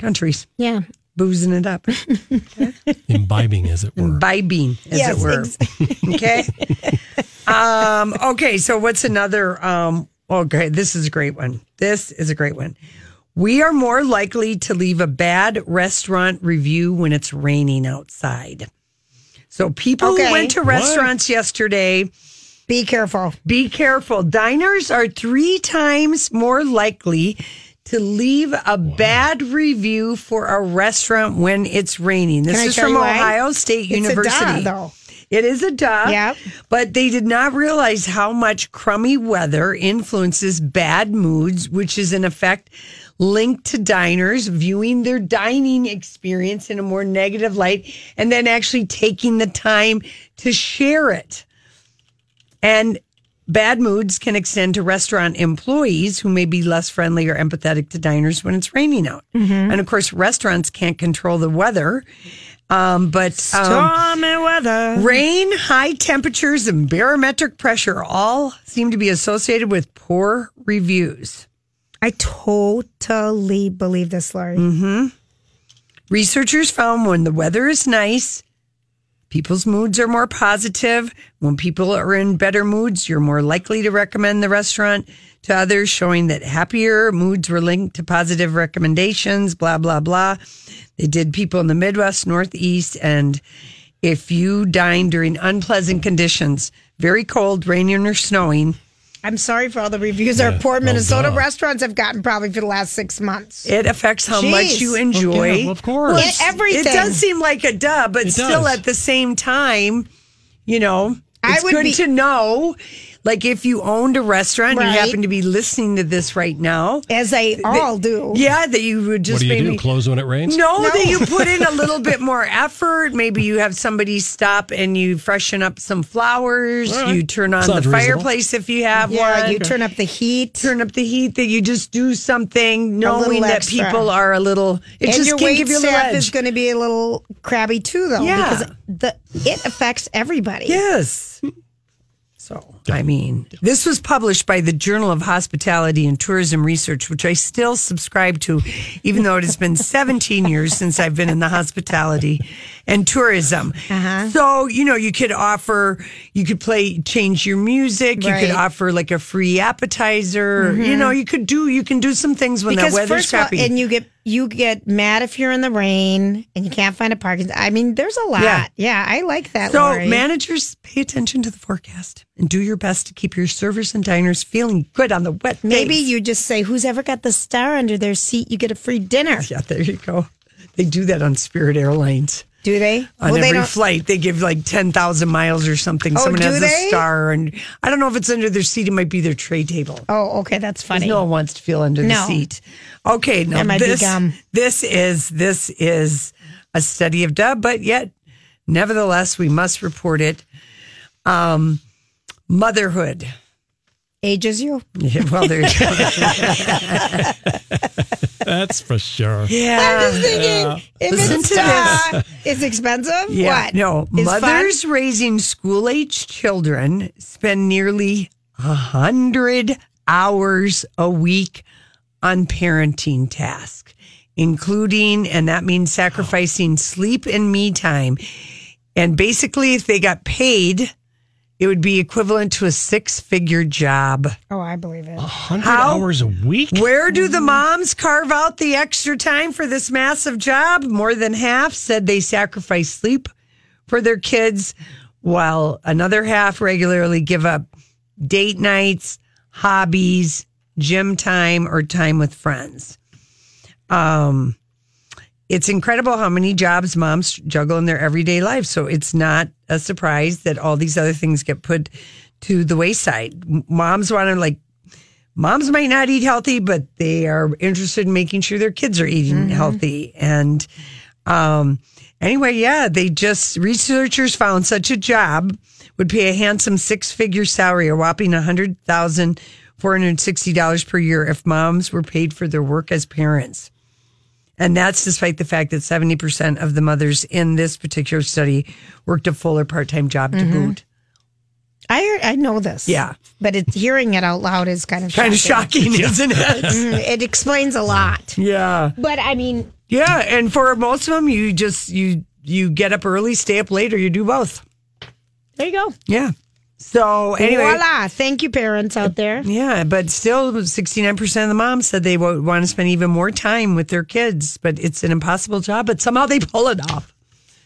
Speaker 2: countries
Speaker 3: Yeah.
Speaker 2: boozing it up,
Speaker 1: Imbibing, as it were.
Speaker 2: imbibing, as
Speaker 3: Yes,
Speaker 2: it were. okay. um, okay. So what's another? Um, okay. This is a great one. This is a great one. We are more likely to leave a bad restaurant review when it's raining outside. So people
Speaker 3: Okay.
Speaker 2: who went to
Speaker 1: What?
Speaker 2: restaurants yesterday,
Speaker 3: Be careful.
Speaker 2: be careful. Diners are three times more likely to leave a bad review for a restaurant when it's raining. This
Speaker 3: Can I
Speaker 2: is
Speaker 3: tell
Speaker 2: from
Speaker 3: you why?
Speaker 2: Ohio State University.
Speaker 3: It's a duh, though.
Speaker 2: It is a duh.
Speaker 3: Yep.
Speaker 2: But they did not realize how much crummy weather influences bad moods, which is in effect linked to diners viewing their dining experience in a more negative light and then actually taking the time to share it. And bad moods can extend to restaurant employees who may be less friendly or empathetic to diners when it's raining out. And of course, restaurants can't control the weather. Um, but um,
Speaker 3: Stormy weather.
Speaker 2: Rain, high temperatures, and barometric pressure all seem to be associated with poor reviews.
Speaker 3: I totally believe this, Lori.
Speaker 2: Mm. Researchers found when the weather is nice, people's moods are more positive. When people are in better moods, you're more likely to recommend the restaurant to others, showing that happier moods were linked to positive recommendations, blah, blah, blah. They did people in the Midwest, Northeast, and if you dine during unpleasant conditions, very cold, raining or snowing,
Speaker 3: I'm sorry for all the reviews our
Speaker 2: Oh,
Speaker 3: poor Minnesota restaurants have gotten probably for the last six months.
Speaker 2: It affects how
Speaker 3: Jeez.
Speaker 2: much you
Speaker 3: Well,
Speaker 2: enjoy.
Speaker 1: Oh, yeah, of course.
Speaker 3: Well, it- everything.
Speaker 2: It does seem like a duh, but
Speaker 1: It
Speaker 2: still
Speaker 1: does.
Speaker 2: at the same time, you know,
Speaker 3: I
Speaker 2: it's
Speaker 3: would
Speaker 2: good
Speaker 3: be-
Speaker 2: to know. Like if you owned a restaurant and you
Speaker 3: Right.
Speaker 2: happen to be listening to this right now,
Speaker 3: As they all do.
Speaker 2: yeah, that you would
Speaker 1: What
Speaker 2: just
Speaker 1: do you do?
Speaker 2: maybe
Speaker 1: Close when it rains?
Speaker 2: no, that you put in a little bit more effort. Maybe you have somebody stop and you freshen up some flowers.
Speaker 1: All right.
Speaker 2: You turn on
Speaker 1: Sounds
Speaker 2: the
Speaker 1: reasonable.
Speaker 2: fireplace if you have
Speaker 3: Yeah,
Speaker 2: one.
Speaker 3: you turn up the heat.
Speaker 2: turn up the heat, that you just do something knowing that
Speaker 3: extra.
Speaker 2: people are a little. It
Speaker 3: and
Speaker 2: just
Speaker 3: your
Speaker 2: can
Speaker 3: wait
Speaker 2: give you a little
Speaker 3: staff is
Speaker 2: edge.
Speaker 3: going to be a little crabby too, though,
Speaker 2: Yeah.
Speaker 3: because the it affects everybody.
Speaker 2: yes. So I mean, this was published by the Journal of Hospitality and Tourism Research, which I still subscribe to, even though it has been 17 years since I've been in the hospitality and tourism. So you know, you could offer, you could play, change your music. You
Speaker 3: Right.
Speaker 2: could offer like a free appetizer. You know, you could do, you can do some things when
Speaker 3: because
Speaker 2: the weather's
Speaker 3: first of all,
Speaker 2: crappy.
Speaker 3: and you get you get mad if you're in the rain and you can't find a parking. I mean, there's a lot.
Speaker 2: Yeah.
Speaker 3: Yeah, I like that.
Speaker 2: So,
Speaker 3: Lori.
Speaker 2: managers, pay attention to the forecast and do your best to keep your servers and diners feeling good on the wet days.
Speaker 3: maybe you just say, "Who's ever got the star under their seat, you get a free dinner."
Speaker 2: Yeah, there you go. They do that on Spirit Airlines.
Speaker 3: Do they?
Speaker 2: On
Speaker 3: they
Speaker 2: every flight, they give like 10,000 miles or something.
Speaker 3: Oh,
Speaker 2: Someone
Speaker 3: do
Speaker 2: has
Speaker 3: they?
Speaker 2: a star, and I don't know if it's under their seat. It might be their tray table.
Speaker 3: Oh, okay, that's funny.
Speaker 2: No one wants to feel under the
Speaker 3: No.
Speaker 2: seat. Okay, now
Speaker 3: That might be
Speaker 2: this
Speaker 3: gum.
Speaker 2: this is this is a study of dub, but yet, nevertheless, we must report it. Um, motherhood
Speaker 3: ages you.
Speaker 2: Yeah, well, there you go.
Speaker 1: That's for sure.
Speaker 2: Yeah.
Speaker 3: I'm just thinking if
Speaker 2: Listen
Speaker 3: it's
Speaker 2: to
Speaker 3: uh, it's expensive.
Speaker 2: Yeah,
Speaker 3: what?
Speaker 2: no.
Speaker 3: It's fun?
Speaker 2: mothers raising school age children spend nearly a hundred hours a week on parenting tasks, including, and that means sacrificing sleep and me time. And basically, if they got paid, it would be equivalent to a six figure job.
Speaker 3: Oh, I believe it.
Speaker 1: 100
Speaker 2: How-
Speaker 1: hours a week?
Speaker 2: Where do the moms carve out the extra time for this massive job? More than half said they sacrifice sleep for their kids, while another half regularly give up date nights, hobbies, gym time, or time with friends. Um, it's incredible how many jobs moms juggle in their everyday life. So it's not a surprise that all these other things get put to the wayside. M- Moms want to like moms might not eat healthy, but they are interested in making sure their kids are eating healthy. And um, anyway, yeah, they just researchers found such a job would pay a handsome six figure salary, a whopping one hundred thousand four hundred sixty dollars per year if moms were paid for their work as parents. And that's despite the fact that 70% of the mothers in this particular study worked a full or part time job to boot.
Speaker 3: I heard, I know this.
Speaker 2: Yeah.
Speaker 3: but it, hearing it out loud is kind of
Speaker 2: Kind of shocking, isn't it?
Speaker 3: Mm, it explains a lot.
Speaker 2: yeah.
Speaker 3: But I mean,
Speaker 2: Yeah, and for most of them, you just you you get up early, stay up late, or you do both.
Speaker 3: there you go.
Speaker 2: Yeah. So anyway,
Speaker 3: Voila! Thank you, parents out there.
Speaker 2: yeah, but still, sixty nine percent of the moms said they would want to spend even more time with their kids, but it's an impossible job. But somehow they pull it off.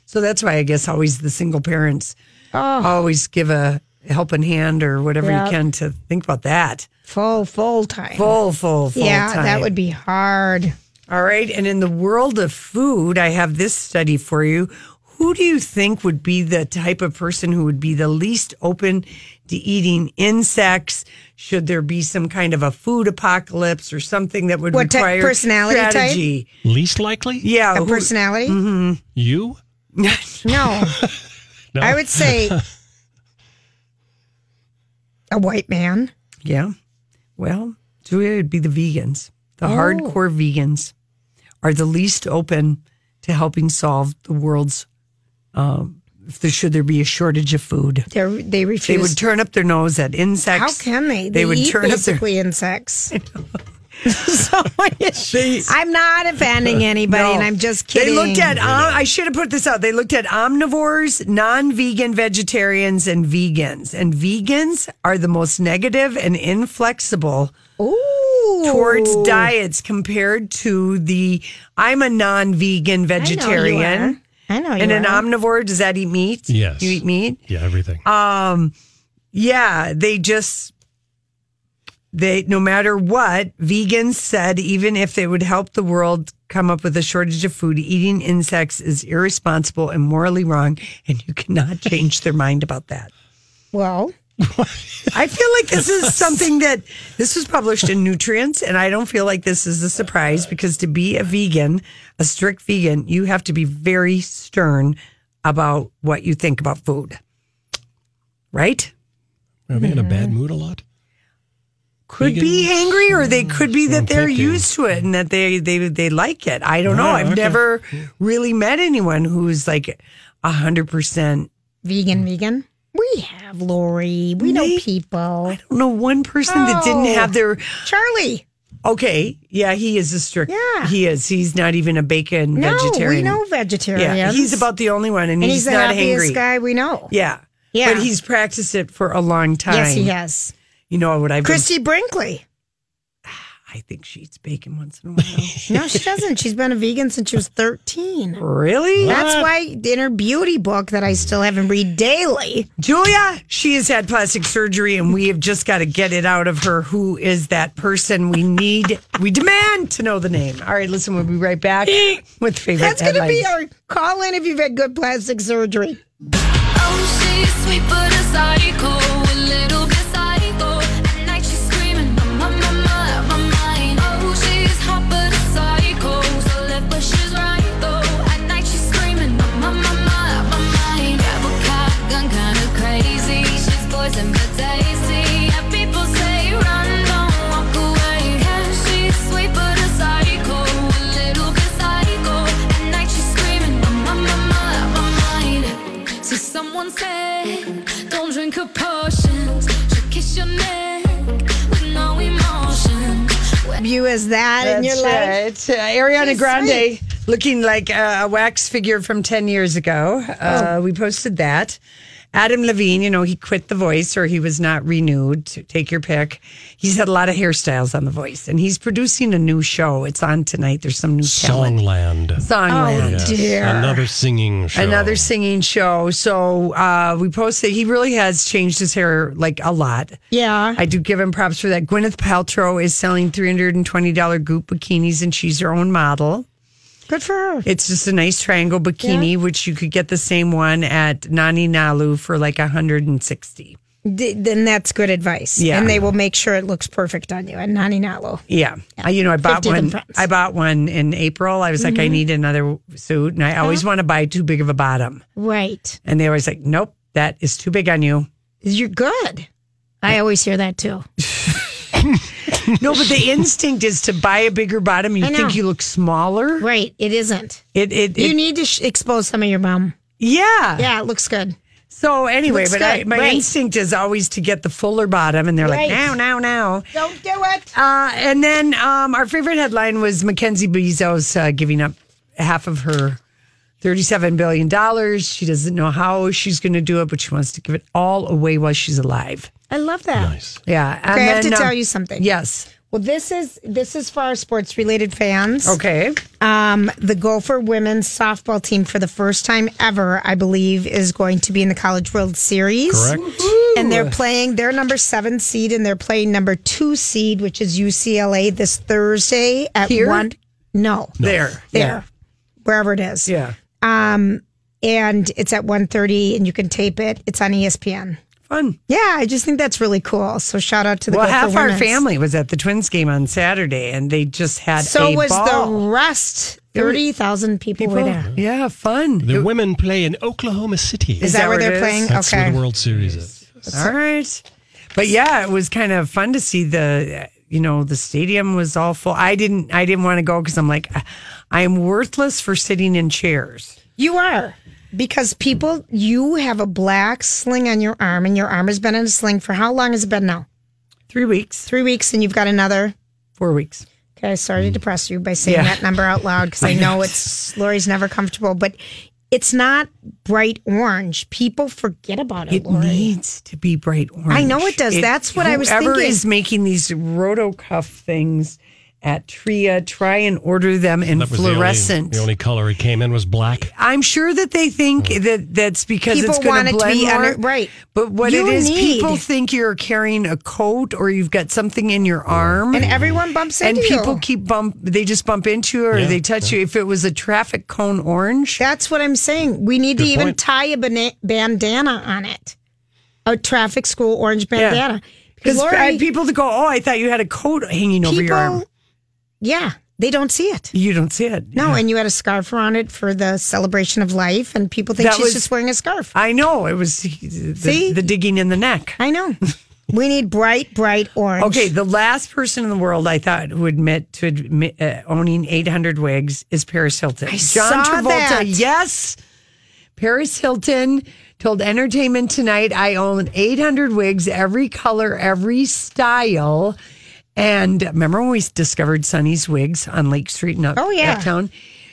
Speaker 2: So that's why I guess always the single parents always give a helping hand or whatever
Speaker 3: Oh. Yeah.
Speaker 2: you can to think about that.
Speaker 3: Full, full time.
Speaker 2: Full, full, full
Speaker 3: yeah,
Speaker 2: time.
Speaker 3: that would be hard.
Speaker 2: All right. And in the world of food, I have this study for you. Who do you think would be the type of person who would be the least open to eating insects? Should there be some kind of a food apocalypse or something that would
Speaker 3: What type-
Speaker 2: require
Speaker 3: personality type?
Speaker 2: strategy?
Speaker 1: Least likely?
Speaker 2: Yeah,
Speaker 3: A
Speaker 2: Oh, who- Mm-hmm.
Speaker 3: personality?
Speaker 1: You?
Speaker 3: No.
Speaker 1: No.
Speaker 3: I would say a white man.
Speaker 2: yeah. Well, Julia would be the vegans. The
Speaker 3: Oh.
Speaker 2: hardcore vegans are the least open to helping solve the world's. Um, if there should there be a shortage of food?
Speaker 3: They're, they
Speaker 2: They
Speaker 3: refuse.
Speaker 2: would turn up their nose at
Speaker 3: How
Speaker 2: insects.
Speaker 3: can they?
Speaker 2: They, would
Speaker 3: eat
Speaker 2: turn up their.
Speaker 3: basically insects. so I-
Speaker 2: They,
Speaker 3: I'm not offending anybody,
Speaker 2: No.
Speaker 3: and I'm just
Speaker 2: they
Speaker 3: kidding.
Speaker 2: looked at. om- I should have put this out. They looked at omnivores, non-vegan vegetarians, and vegans. And vegans are the most negative and inflexible
Speaker 3: Ooh.
Speaker 2: towards diets compared to the. I'm a non-vegan
Speaker 3: I know you
Speaker 2: vegetarian.
Speaker 3: are. I know you
Speaker 2: And an
Speaker 3: are.
Speaker 2: omnivore, does that eat meat?
Speaker 1: Yes.
Speaker 2: You eat meat?
Speaker 1: Yeah, everything.
Speaker 2: Yeah, they just they no matter what vegans said even if they would help the world come up with a shortage of food eating insects is irresponsible and morally wrong and you cannot change their mind about that
Speaker 3: well,
Speaker 2: i feel like this is something that this was published in nutrients and i don't feel like this is a surprise because to be a vegan a strict vegan you have to be very stern about what you think about food right
Speaker 1: Are they in a bad mood a lot?
Speaker 2: could be angry or they could be that they're used to it and that they they they like it. I
Speaker 3: Oh,
Speaker 2: don't know.
Speaker 1: Ah,
Speaker 2: I've
Speaker 1: okay.
Speaker 2: never really met anyone who's like a hundred percent.
Speaker 3: vegan, vegan. We have Lori. We know
Speaker 2: Me?
Speaker 3: people.
Speaker 2: I don't know one person that didn't
Speaker 3: Oh.
Speaker 2: have their
Speaker 3: Charlie.
Speaker 2: okay. Yeah, he is a strict.
Speaker 3: Yeah.
Speaker 2: he is. He's not even a bacon
Speaker 3: No,
Speaker 2: vegetarian.
Speaker 3: we know vegetarians.
Speaker 2: Yeah, he's about the only one, and,
Speaker 3: and
Speaker 2: he's,
Speaker 3: he's the
Speaker 2: not
Speaker 3: happiest
Speaker 2: angry.
Speaker 3: guy we know.
Speaker 2: Yeah,
Speaker 3: Yeah.
Speaker 2: but he's practiced it for a long time.
Speaker 3: Yes, he has.
Speaker 2: You know what I've been-
Speaker 3: Christy Brinkley.
Speaker 2: I think she eats bacon once in a while.
Speaker 3: No, she doesn't. She's been a vegan since she was 13.
Speaker 2: really?
Speaker 3: That's why in her beauty book that I still haven't read daily.
Speaker 2: Julia, she has had plastic surgery, and we have just got to get it out of her. Who is that person? We need, we demand to know the name. All right, listen, we'll be right back with favorite.
Speaker 3: That's going to be
Speaker 2: headlines.
Speaker 3: our call in if you've had good plastic surgery.
Speaker 9: Oh, she's sweet but a psycho, a little bit psycho. At night she's screaming, I'm on my mind, my mind. Oh, she's hot but a psycho, so left but she's right though. At night she's screaming.
Speaker 3: as that in your
Speaker 2: That's
Speaker 3: life.
Speaker 2: right. Uh, Ariana
Speaker 3: She's
Speaker 2: Grande
Speaker 3: sweet.
Speaker 2: looking like a a wax figure from 10 years ago.
Speaker 3: Oh.
Speaker 2: Uh, We posted that. Adam Levine, you know, he quit The Voice or he was not renewed. To take your pick. He's had a lot of hairstyles on The Voice and he's producing a new show. It's on tonight. There's some new talent.
Speaker 1: Songland.
Speaker 3: Oh.
Speaker 2: Songland.
Speaker 1: Yes.
Speaker 2: dear.
Speaker 1: Another singing show.
Speaker 2: Another singing show. So uh, we posted. He really has changed his hair like a lot.
Speaker 3: Yeah.
Speaker 2: I do give him props for that. Gwyneth Paltrow is selling three hundred and twenty dollar Goop bikinis, and she's her own model.
Speaker 3: Good for her.
Speaker 2: It's just a nice triangle bikini, which you could get the same one at Nani Nalu for like hundred and sixty.
Speaker 3: D- then that's good advice.
Speaker 2: Yeah.
Speaker 3: And they will make sure it looks perfect on you. And Nani Nalo.
Speaker 2: Yeah. I- you know, I bought
Speaker 3: 50 of them
Speaker 2: one.
Speaker 3: friends.
Speaker 2: I bought one in April. I was like, I
Speaker 3: Mhm.
Speaker 2: need another suit, and I always
Speaker 3: Uh-huh.
Speaker 2: want to buy too big of a bottom.
Speaker 3: Right.
Speaker 2: And they always like, nope, that is too big on you.
Speaker 3: You're good. I always hear that too.
Speaker 2: No, but the instinct is to buy a bigger bottom. You
Speaker 3: I know.
Speaker 2: think you look smaller.
Speaker 3: Right. It isn't.
Speaker 2: It. It.
Speaker 3: you
Speaker 2: it-
Speaker 3: need to sh- expose some of your bum.
Speaker 2: yeah.
Speaker 3: Yeah, it looks good.
Speaker 2: So anyway,
Speaker 3: Looks
Speaker 2: but I,
Speaker 3: good,
Speaker 2: my
Speaker 3: right.
Speaker 2: instinct is always to get the fuller bottom, and they're
Speaker 3: Right.
Speaker 2: like, now, now, now.
Speaker 3: Don't do it.
Speaker 2: Uh, and then um, our favorite headline was Mackenzie Bezos uh, giving up half of her thirty-seven billion dollars. She doesn't know how she's going to do it, but she wants to give it all away while she's alive.
Speaker 3: I love that.
Speaker 2: Yeah. um,
Speaker 3: Okay, I have to tell you something.
Speaker 2: Yes.
Speaker 3: Well, this is this is for our sports related fans.
Speaker 2: Okay.
Speaker 3: Um, the Gopher women's softball team for the first time ever, I believe, is going to be in the College World Series.
Speaker 1: Correct.
Speaker 3: And they're playing their number seven seed and they're playing number two seed, which is UCLA this Thursday at
Speaker 2: Here?
Speaker 3: one no.
Speaker 2: There.
Speaker 3: There. Wherever it is.
Speaker 2: Yeah.
Speaker 3: Um and it's at 1.30 and you can tape it. It's on E ESPN.
Speaker 2: Fun.
Speaker 3: Yeah, I just think that's really cool. So shout out to the
Speaker 2: Well,
Speaker 3: Gopher
Speaker 2: half our
Speaker 3: women's.
Speaker 2: family was at the Twins game on Saturday, and they just had
Speaker 3: So
Speaker 2: a
Speaker 3: was
Speaker 2: ball.
Speaker 3: the rest. Thirty thousand people, were
Speaker 2: People?
Speaker 3: there.
Speaker 2: Yeah, fun.
Speaker 1: The women play in Oklahoma City.
Speaker 3: Is that
Speaker 2: what
Speaker 3: where
Speaker 2: it
Speaker 3: they're playing?
Speaker 1: That's
Speaker 3: okay.
Speaker 1: where the World Series is.
Speaker 2: All right. But yeah, it was kind of fun to see the you know, the stadium was all full. I didn't I didn't want to go cuz I'm like I am worthless for sitting in chairs.
Speaker 3: You are. Because people, you have a black sling on your arm, and your arm has been in a sling for how long has it been now?
Speaker 2: 3 weeks,
Speaker 3: Three weeks, and you've got another.
Speaker 2: 4 weeks.
Speaker 3: Okay, sorry to depress you by saying
Speaker 2: Mm. Yeah.
Speaker 3: that number out loud because I know it's Lori's never comfortable, but it's not bright orange. People forget about it,
Speaker 2: It
Speaker 3: Lori.
Speaker 2: needs to be bright orange.
Speaker 3: I know it does. That's what I was
Speaker 2: Whoever
Speaker 3: thinking.
Speaker 2: is making these rotocuff things at Tria, try and order them in
Speaker 1: That was the only- The
Speaker 2: fluorescent.
Speaker 1: only, color it came in was black.
Speaker 2: I'm sure that they think
Speaker 1: Mm.
Speaker 2: that that's because
Speaker 3: People
Speaker 2: it's going
Speaker 3: want it
Speaker 2: to
Speaker 3: to
Speaker 2: blend
Speaker 3: be
Speaker 2: more.
Speaker 3: under- right.
Speaker 2: But what
Speaker 3: You
Speaker 2: it is,
Speaker 3: need-
Speaker 2: people think you're carrying a coat or you've got something in your arm,
Speaker 3: And everyone bumps
Speaker 2: Mm. and
Speaker 3: into
Speaker 2: people
Speaker 3: you.
Speaker 2: keep bump. They just bump into you or
Speaker 1: Yeah,
Speaker 2: they touch you. If it was a traffic cone orange,
Speaker 3: That's what I'm saying. We need
Speaker 1: Good
Speaker 3: to even
Speaker 1: point.
Speaker 3: tie a bana- bandana on it, a traffic school orange bandana.
Speaker 2: because I
Speaker 3: Lori-
Speaker 2: had people that go, "Oh, I thought you had a coat hanging over your arm."
Speaker 3: Yeah, they don't see it.
Speaker 2: You don't see it.
Speaker 3: No, and you had a scarf around it for the celebration of life, and people think
Speaker 2: That
Speaker 3: she's
Speaker 2: was-
Speaker 3: just wearing a scarf.
Speaker 2: I know it was the,
Speaker 3: See?
Speaker 2: the digging in the neck.
Speaker 3: I know. we need bright, bright orange.
Speaker 2: Okay, the last person in the world I thought who admit to admit, uh, owning 800 wigs is Paris Hilton.
Speaker 3: I
Speaker 2: John
Speaker 3: saw
Speaker 2: Travolta,
Speaker 3: that.
Speaker 2: yes. Paris Hilton told Entertainment Tonight, "I own 800 wigs, every color, every style." And remember when we discovered Sunny's wigs on Lake Street in up,
Speaker 3: Oh, yeah.
Speaker 2: uptown?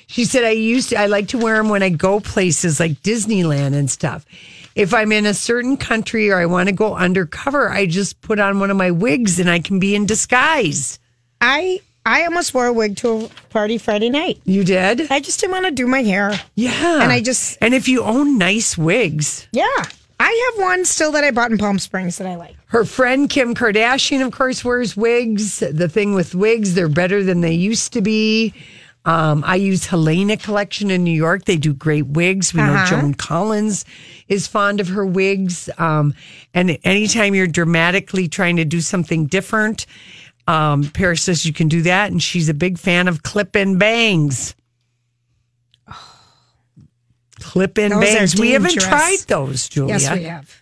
Speaker 2: She said, I used to, I like to wear them when I go places like Disneyland and stuff. If I'm in a certain country or I want to go undercover, I just put on one of my wigs and I can be in disguise.
Speaker 3: I I almost wore a wig to a party Friday night.
Speaker 2: You did?
Speaker 3: I just didn't want to do my hair.
Speaker 2: Yeah.
Speaker 3: And I just-
Speaker 2: and if you own nice wigs,
Speaker 3: Yeah. I have one still that I bought in Palm Springs that I like.
Speaker 2: her friend Kim Kardashian, of course, wears wigs. The thing with wigs, they're better than they used to be. Um, I use Helena Collection in New York. They do great wigs. We know
Speaker 3: Uh-huh.
Speaker 2: Joan Collins is fond of her wigs. Um, and anytime you're dramatically trying to do something different, um, Paris says you can do that. And she's a big fan of clip in bangs. Clip in
Speaker 3: Those are
Speaker 2: bangs. We haven't
Speaker 3: dangerous.
Speaker 2: tried those, Julia.
Speaker 3: Yes, we have.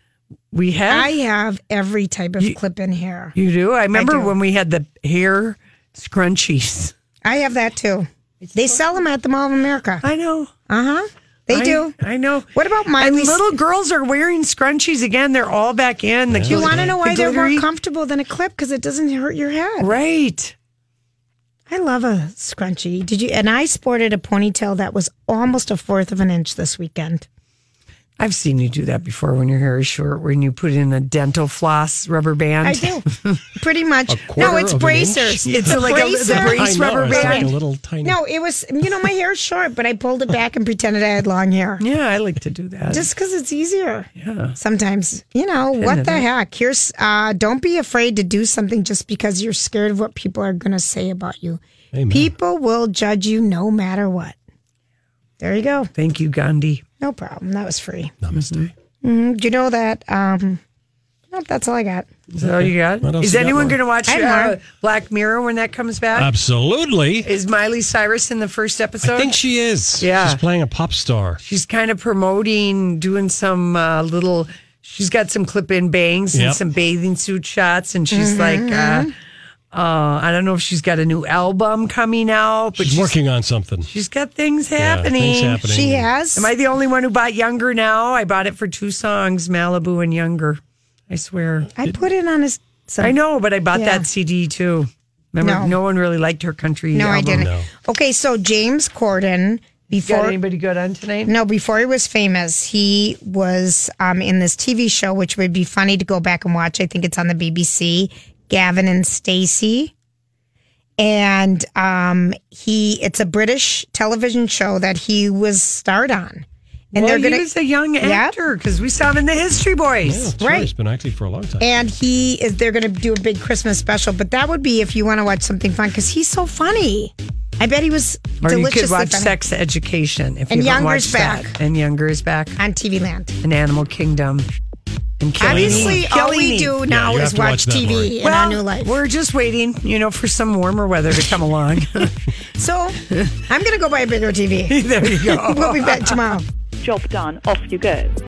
Speaker 2: We have.
Speaker 3: I have every type of clip in hair.
Speaker 2: You do? I remember
Speaker 3: do.
Speaker 2: when we had the hair scrunchies.
Speaker 3: I have that too. They sell them at the Mall of America.
Speaker 2: I know.
Speaker 3: Uh huh. They
Speaker 2: I-
Speaker 3: do.
Speaker 2: I know.
Speaker 3: What about
Speaker 2: And
Speaker 3: Miley?
Speaker 2: little girls are wearing scrunchies again. They're all back in. The
Speaker 3: You
Speaker 2: cute-
Speaker 3: want to know
Speaker 2: the
Speaker 3: why they're more
Speaker 2: glittery-
Speaker 3: comfortable than a clip because it doesn't hurt your head.
Speaker 2: Right.
Speaker 3: I love a scrunchie. Did you? And I sported a ponytail that was almost a fourth of an inch this weekend.
Speaker 2: I've seen you do that before when your hair is short, when you put in a dental floss rubber band.
Speaker 3: I do. Pretty much. no,
Speaker 2: quarter
Speaker 3: it's
Speaker 2: of an
Speaker 3: bracers.
Speaker 2: inch? It's like a- the brace I know, rubber it's like band. a little tiny-
Speaker 3: No, it was, you know, my hair's short, but I pulled it back and pretended I had long hair.
Speaker 2: Yeah, I like to do that.
Speaker 3: Just because it's easier.
Speaker 2: Yeah.
Speaker 3: Sometimes, you know,
Speaker 2: Pin
Speaker 3: what
Speaker 2: it
Speaker 3: the
Speaker 2: up.
Speaker 3: heck? Here's, uh, don't be afraid to do something just because you're scared of what people are going to say about you.
Speaker 2: Amen.
Speaker 3: People will judge you no matter what. There you go.
Speaker 2: Thank you, Gandhi.
Speaker 3: No problem. That was free.
Speaker 1: Namaste.
Speaker 3: Mhm. Do you know that? Um, nope, that's all I got.
Speaker 2: Is that all you got?
Speaker 1: What else
Speaker 2: Is
Speaker 1: you got,
Speaker 2: anyone
Speaker 1: Lauren?
Speaker 2: going to watch
Speaker 3: I have
Speaker 2: uh,
Speaker 3: more.
Speaker 2: Black Mirror when that comes back?
Speaker 1: Absolutely.
Speaker 2: Is Miley Cyrus in the first episode?
Speaker 1: I think she is.
Speaker 2: Yeah.
Speaker 1: She's playing a pop star.
Speaker 2: she's kind of promoting doing some uh, little she's got some clip-in bangs and
Speaker 1: Yep.
Speaker 2: some bathing suit shots and she's
Speaker 3: Mm-hmm,
Speaker 2: like uh, uh, i don't know if she's got a new album coming out but
Speaker 1: She's,
Speaker 2: she's,
Speaker 1: working on something.
Speaker 2: she's got things
Speaker 1: Yeah,
Speaker 2: happening.
Speaker 1: things happening. She
Speaker 3: has?
Speaker 2: am i the only one who bought younger now i bought it for two songs malibu and younger i swear
Speaker 3: I put it on his. some-
Speaker 2: i know but i bought
Speaker 3: Yeah.
Speaker 2: that cd too remember
Speaker 3: No.
Speaker 2: no, one really liked her country
Speaker 3: No, I
Speaker 2: album.
Speaker 3: didn't. Okay, so James Corden
Speaker 2: got
Speaker 3: before
Speaker 2: anybody good on tonight
Speaker 3: no before he was famous, he was um, in this TV show, which would be funny to go back and watch. I think it's on the BBC. Gavin and Stacey, and um, he it's a British television show that he was starred on, and
Speaker 2: well,
Speaker 3: they're gonna
Speaker 2: he was a young
Speaker 3: Yep.
Speaker 2: actor because we saw him in the History
Speaker 1: Yeah,
Speaker 2: Boys.
Speaker 1: that's
Speaker 3: Right.
Speaker 1: It's been active for a long time.
Speaker 3: and he is they're going to do a big christmas special but that would be if you want to watch something fun because he's so funny i bet he was
Speaker 2: Or you
Speaker 3: deliciously
Speaker 2: could watch
Speaker 3: funny
Speaker 2: Sex Education if
Speaker 3: And
Speaker 2: you haven't
Speaker 3: Younger's
Speaker 2: watched that.
Speaker 3: back.
Speaker 2: And Younger is back.
Speaker 3: on tv land
Speaker 2: And Animal Kingdom. And Killing Eve.
Speaker 3: obviously all
Speaker 2: Killing
Speaker 3: we
Speaker 2: Eve.
Speaker 3: do
Speaker 1: Yeah,
Speaker 3: now
Speaker 1: you
Speaker 3: is
Speaker 1: have to watch
Speaker 3: watch,
Speaker 1: that, Lori.
Speaker 3: tv in
Speaker 2: Well,
Speaker 3: our new life
Speaker 2: We're just waiting, you know, for some warmer weather to come along.
Speaker 3: so i'm going to go buy a bigger tv
Speaker 2: there you go.
Speaker 3: we'll be back tomorrow
Speaker 10: Job done. Off you go.